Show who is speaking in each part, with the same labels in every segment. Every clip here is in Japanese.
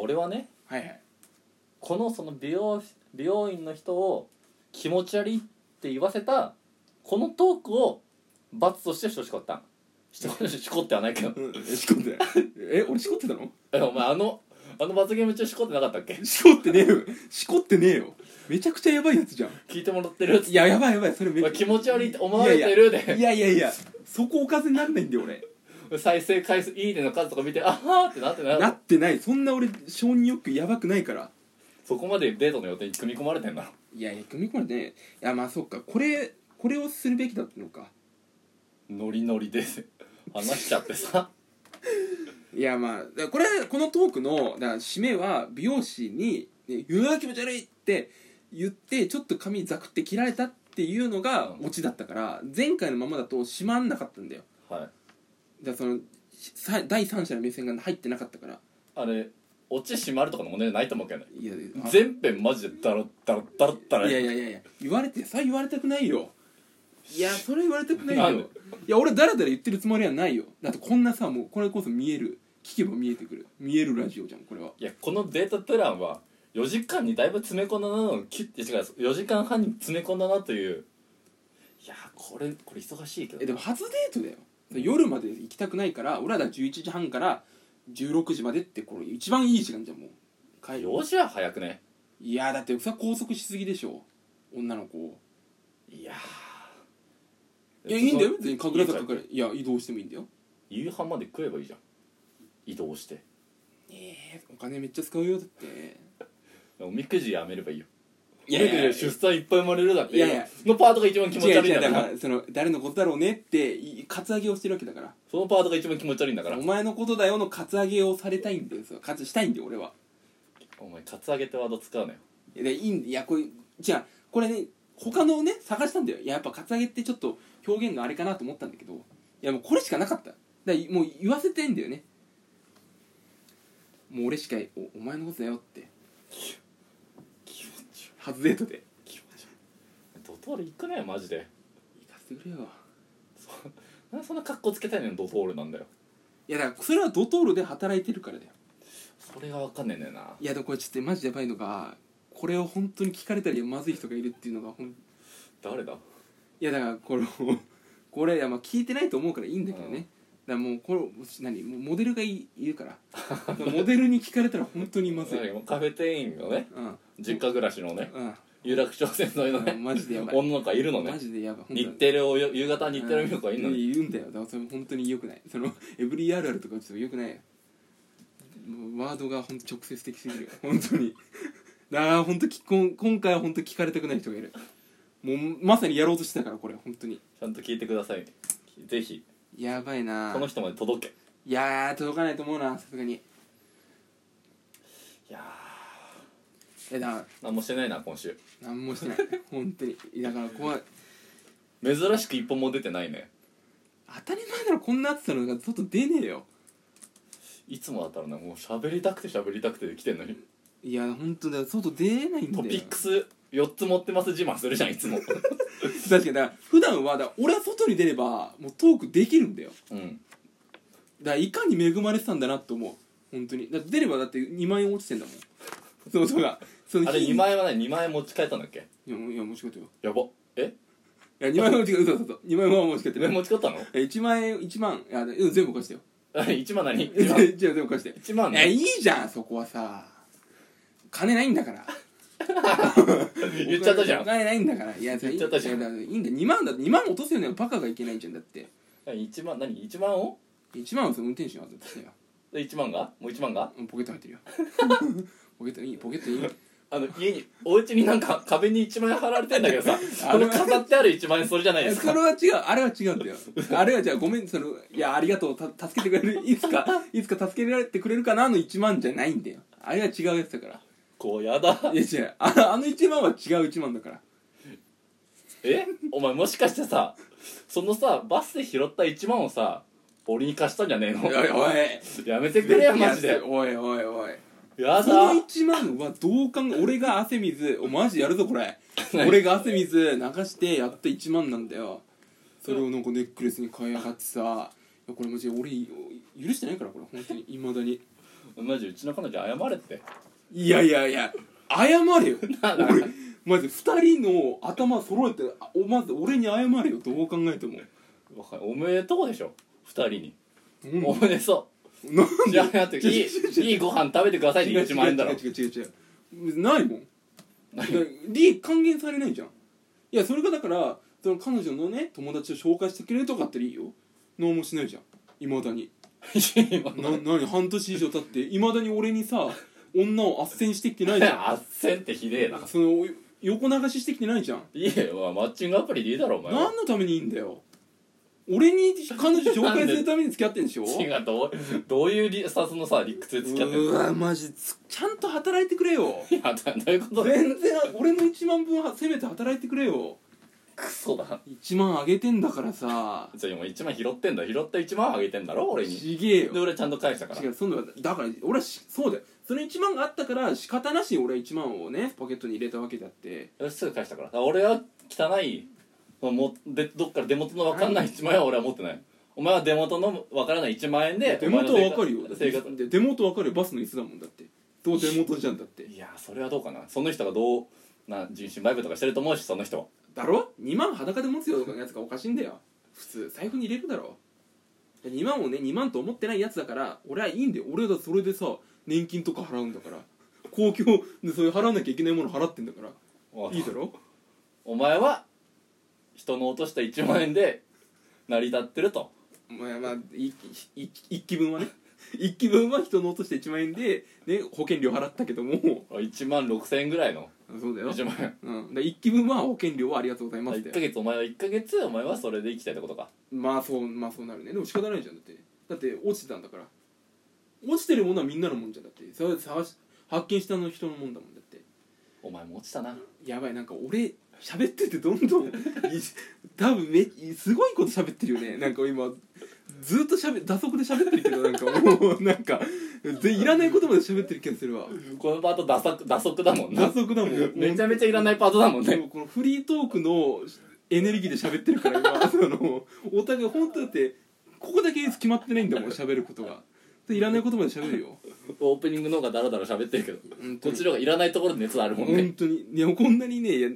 Speaker 1: 俺はね
Speaker 2: はいはい
Speaker 1: このその美容美容院の人を気持ち悪いって言わせたこのトークを罰としてしこしこったんしこしこってはないけど
Speaker 2: うんえしこってないえ俺しこってたの
Speaker 1: えお前あのあの罰ゲーム中しこってなかったっけ
Speaker 2: しこってねえよしこってねえよめちゃくちゃやばいやつじゃん
Speaker 1: 聞いてもらってるやつ
Speaker 2: いややばいやばいそれめ
Speaker 1: お前気持ち悪いって思われてるで
Speaker 2: いやいやいやそこおかずになんないんだよ俺
Speaker 1: 再生回数いいねの数とか見てあはーってなってな
Speaker 2: なってないそんな俺承認欲求やばくないから
Speaker 1: そこまでデートの予定に組み込まれてんだろ
Speaker 2: いやいや組み込まれてねいやまあそっかこれこれをするべきだったのか
Speaker 1: ノリノリで話しちゃっ てさ
Speaker 2: いやまあだからこれこのトークのだから締めは美容師に、ね「うわ気持ち悪い!」って言ってちょっと髪ザクって切られたっていうのが
Speaker 1: うん
Speaker 2: オチだったから前回のままだと締まんなかったんだよ
Speaker 1: はい
Speaker 2: だからそのさ第三者の目線が入ってなかったから
Speaker 1: あれオチ閉まるとかの問題じゃないと思うけどね
Speaker 2: いやあ
Speaker 1: 全編マジでダラッダラッダラッダラ
Speaker 2: いやいやいやいや言われてさ言われたくないよいやそれ言われたくない
Speaker 1: なんで
Speaker 2: よいや俺だらだら言ってるつもりはないよだってこんなさもうこれこそ見える聞けば見えてくる見えるラジオじゃんこれはい
Speaker 1: やこのデータプランは4時間にだいぶ詰め込んだなのを切って違う4時間半に詰め込んだなといういやこれこれ忙しいけど
Speaker 2: えでも初デートだよ夜まで行きたくないから俺らだ11時半から16時までってこれ一番いい時間じゃんもう帰る
Speaker 1: 4時は早くね
Speaker 2: いやだってさ拘束しすぎでしょ女の子を
Speaker 1: いやー
Speaker 2: いやいいんだよ別に
Speaker 1: その
Speaker 2: 神楽坂からいや移動してもいいんだよ
Speaker 1: 夕飯まで食えばいいじゃん移動して
Speaker 2: えーお金めっちゃ使うよだって
Speaker 1: おみくじやめればいいよ
Speaker 2: いやいやいや
Speaker 1: おみくじで出産いっぱい生まれるだって
Speaker 2: いやいや
Speaker 1: のパートが一番気持ち悪いん
Speaker 2: 違う違
Speaker 1: だ
Speaker 2: う
Speaker 1: か
Speaker 2: だ
Speaker 1: ら
Speaker 2: からその誰のことだろうねっていカツアゲをしてるわけだから
Speaker 1: そのパートが一番気持ち悪いんだから
Speaker 2: お前のことだよのカツアゲをされたいんだよそのカツしたいんだよ俺は
Speaker 1: お前カツアゲってワード使うなよ
Speaker 2: いやでいいんいやこれじゃあこれね他のをね探したんだよいややっぱカツアゲってちょっと表現があれかなと思ったんだけどいやもうこれしかなかっただからいもう言わせてんだよねもう俺しかおお前のことだよって
Speaker 1: 気持ち
Speaker 2: 初デートで
Speaker 1: 悪い気持ち悪いドトール行くなよマジで
Speaker 2: 行かせてくれよ
Speaker 1: そなんでそんな格好つけたいのにドトールなんだよ
Speaker 2: いやだからそれはドトールで働いてるからだよ
Speaker 1: それが分かんねえんだよない
Speaker 2: やでもこれちょっとマジでやばいのがこれを本当に聞かれたりまずい人がいるっていうのがほんい
Speaker 1: 誰だ
Speaker 2: やだからこれこれいやまあ聞いてないと思うからいいんだけどね、だからもうこれ何もうモデルがいいるからモデルに聞かれたら本当にまずい
Speaker 1: 何カフェ店員のね
Speaker 2: うん
Speaker 1: 実家暮らしのね
Speaker 2: うん
Speaker 1: 有楽町線沿いのね
Speaker 2: マジでやばい
Speaker 1: 女の子がいるの
Speaker 2: マ
Speaker 1: ね
Speaker 2: ジでやばい
Speaker 1: 日テレをよ夕方日テレ見る子がいるのに
Speaker 2: いるんだよだからそれ本当に良くないそのエブリあるあるとかちょっと良くないよもうワードが本当直接的すぎるよ本当にだから本当きこん今回は本当聞かれたくない人がいるもうまさにやろうとしてたからこれ本当に
Speaker 1: ちゃんと聞いてくださいぜひ
Speaker 2: やばいな
Speaker 1: この人まで届け
Speaker 2: いやー届かないと思うなさすがに
Speaker 1: いや
Speaker 2: えだから
Speaker 1: ー何もしてないな今週
Speaker 2: 何もしてない本当にだから怖い
Speaker 1: 珍しく一本も出てないね
Speaker 2: 当たり前だろこんな暑さの中外出ねえよ
Speaker 1: いつもだったらなもう喋りたくて喋りたくて来てんのに
Speaker 2: いや本当だよ外出ないんだ
Speaker 1: ト
Speaker 2: よ
Speaker 1: ピックス4つ持ってます自慢するじゃんいつも
Speaker 2: 確かにだから普段はだから俺は外に出ればもうトークできるんだよ
Speaker 1: うん
Speaker 2: だからいかに恵まれてたんだなって思う本当にだって出ればだって2万円落ちてんだもんそうそうがその
Speaker 1: あれ
Speaker 2: 日
Speaker 1: 2万円はね2万円持ち帰ったんだっけ
Speaker 2: いやもういやもう仕事よ
Speaker 1: やばえ
Speaker 2: いや2万円落ちてそうそうそう2万円はもう仕事
Speaker 1: 上
Speaker 2: よ
Speaker 1: 持ち帰ったの
Speaker 2: 1万円1万いやうん全部貸してよ
Speaker 1: 1 万何
Speaker 2: じ
Speaker 1: 1
Speaker 2: ゃあ
Speaker 1: 万
Speaker 2: 全部貸して
Speaker 1: 1万
Speaker 2: いやい
Speaker 1: ね
Speaker 2: いじゃんそこはさ金ないんだから
Speaker 1: 言っちゃったじゃ
Speaker 2: お
Speaker 1: ん
Speaker 2: 金ないんだからいや
Speaker 1: 言っちゃったじゃん
Speaker 2: いやいやいいんだ2万だって2万落とすよねバカがいけないじゃんだって
Speaker 1: 1万何1万を
Speaker 2: 1万はその運転手に渡してよ
Speaker 1: で1万がもう1万が
Speaker 2: うんポケット入っ てるよポケットいいポケットいい
Speaker 1: あの家にお家になんか壁に1万円貼られてんだけ どさ
Speaker 2: あ
Speaker 1: こ
Speaker 2: れ
Speaker 1: の
Speaker 2: は
Speaker 1: 飾ってある1万円それじゃないです
Speaker 2: そ
Speaker 1: か
Speaker 2: れは違うあれは違うんだよあれはじゃあごめんそのいやありがとうた助けてくれる いつかいつか助けられてくれるかなの1万じゃないんだよあれは違うやつだから
Speaker 1: こうやだ
Speaker 2: いや違うあのあの1万は違う1万だから
Speaker 1: えお前もしかしてさそのさバスで拾った1万をさ俺に貸したんじゃねえの
Speaker 2: おいおい
Speaker 1: やめてくれよマジで
Speaker 2: おいおいおい
Speaker 1: やだ
Speaker 2: その1万はどう考え俺が汗水おマジやるぞこれ俺が汗水流してやった1万なんだよそれをなんかネックレスに変えやがってさいやこれマジで俺許してないからこれ本当にいまだに
Speaker 1: マジうちの彼女謝れって
Speaker 2: いやいやいや謝れよ
Speaker 1: なん
Speaker 2: 俺マジ2人の頭揃えてあおまず俺に謝れよどう考えても、
Speaker 1: わかんおめでとうでしょ二人に、
Speaker 2: うん
Speaker 1: おめでそ
Speaker 2: なん
Speaker 1: うじゃあだっていいいいご飯食べてくださいって
Speaker 2: 違う
Speaker 1: 1万円だろ
Speaker 2: 違う違う違う違うないもんだから利益還元されないじゃんいやそれがだからその彼女のね友達を紹介してくれるとかだっていいよ何もしないじゃんいまだに
Speaker 1: 今
Speaker 2: な何半年以上経っていまだに俺にさ女を斡旋してきてないじゃん
Speaker 1: あっせんってひでえ な
Speaker 2: その横流ししてきてないじゃん
Speaker 1: いいよマッチングアプリでいいだろお前は
Speaker 2: 何のためにいいんだよ俺に彼女紹介するために付き合ってんで しょ
Speaker 1: 違うどうどういう理さそのさ理屈で付き合って
Speaker 2: う
Speaker 1: る
Speaker 2: わマジつちゃんと働いてくれよ
Speaker 1: いやだどういうことだ
Speaker 2: 全然俺の1万分はせめて働いてくれよ
Speaker 1: クソだ
Speaker 2: 1万あげてんだからさ
Speaker 1: じゃあ今1万拾ってんだ拾った1万あげてんだろ俺に
Speaker 2: ちげえ
Speaker 1: で
Speaker 2: よ
Speaker 1: 俺ちゃんと返したから
Speaker 2: 違うそんなだから俺はしそうだよその1万があったから仕方なしに俺は1万をねポケットに入れたわけだって
Speaker 1: 俺すぐ返したからだから俺は汚いもうでどっから出元の分かんない1万円は俺は持ってないお前は出元の分からない1万円で
Speaker 2: 出元はわかる
Speaker 1: お前
Speaker 2: よ
Speaker 1: の生活生活
Speaker 2: で出元わかるよバスの椅子だもんだってどう出元じゃんだって
Speaker 1: いやそれはどうかなその人がどうな人身売買とかしてると思うしその人は
Speaker 2: だろ2万裸で持つよとかのやつがおかしいんだよ普通財布に入れるだろ2万をね2万と思ってないやつだから俺はいいんだよ俺だってそれでさ年金とか払うんだから公共でそういう払わなきゃいけないもの払ってんだからいいだろ
Speaker 1: お前は人の落とした1万円で成り立ってると
Speaker 2: まあまあいいい一期分はね一期分は人の落として1万円で、ね、保険料払ったけども
Speaker 1: 1万6000円ぐらいの
Speaker 2: そうだよ、
Speaker 1: 1万円
Speaker 2: うん、だ1期分は保険料はありがとうございますっ
Speaker 1: 1ヶ
Speaker 2: て
Speaker 1: 月お前は1ヶ月お前はそれで生きたいってことか
Speaker 2: まあそうまあそうなるねでも仕方ないじゃんだってだって落ちてたんだから落ちてるものはみんなのもんじゃんだってさ探し発見したの人のもんだもんだって
Speaker 1: お前も落ちたな
Speaker 2: やばいなんか俺喋っててどんどんい多分めすごいこと喋ってるよねなんか今ずっと喋打足で喋ってるけどなんかもうなんかぜいらないことまで喋ってる気がするわ
Speaker 1: このパート打足打足だもん
Speaker 2: 打
Speaker 1: な
Speaker 2: 足だもん
Speaker 1: めちゃ
Speaker 2: ゃ
Speaker 1: めちゃいらないパートだもんね
Speaker 2: このフリートークのエネルギーで喋ってるから今そのお互い本当だってここだけ決まってないんだもん喋ることがでいらないことまで喋るよ
Speaker 1: オープニングの方がダラダラ喋ってるけど
Speaker 2: 本当
Speaker 1: こ
Speaker 2: に
Speaker 1: っちの方がいらないところで熱あるもんね
Speaker 2: 本当にいやこんなにねいや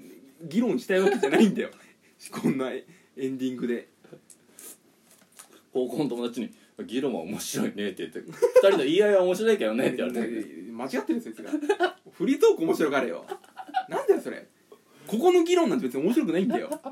Speaker 2: 議論したいわけじゃないんだよこんなエンディングで
Speaker 1: 高校の友達に「議論は面白いね」って言って「二人の言い合いは面白いけどね」って言われて
Speaker 2: 間違ってるそいつが フリートーク面白がれよなんだよそれここの議論なんて別に面白くないんだよ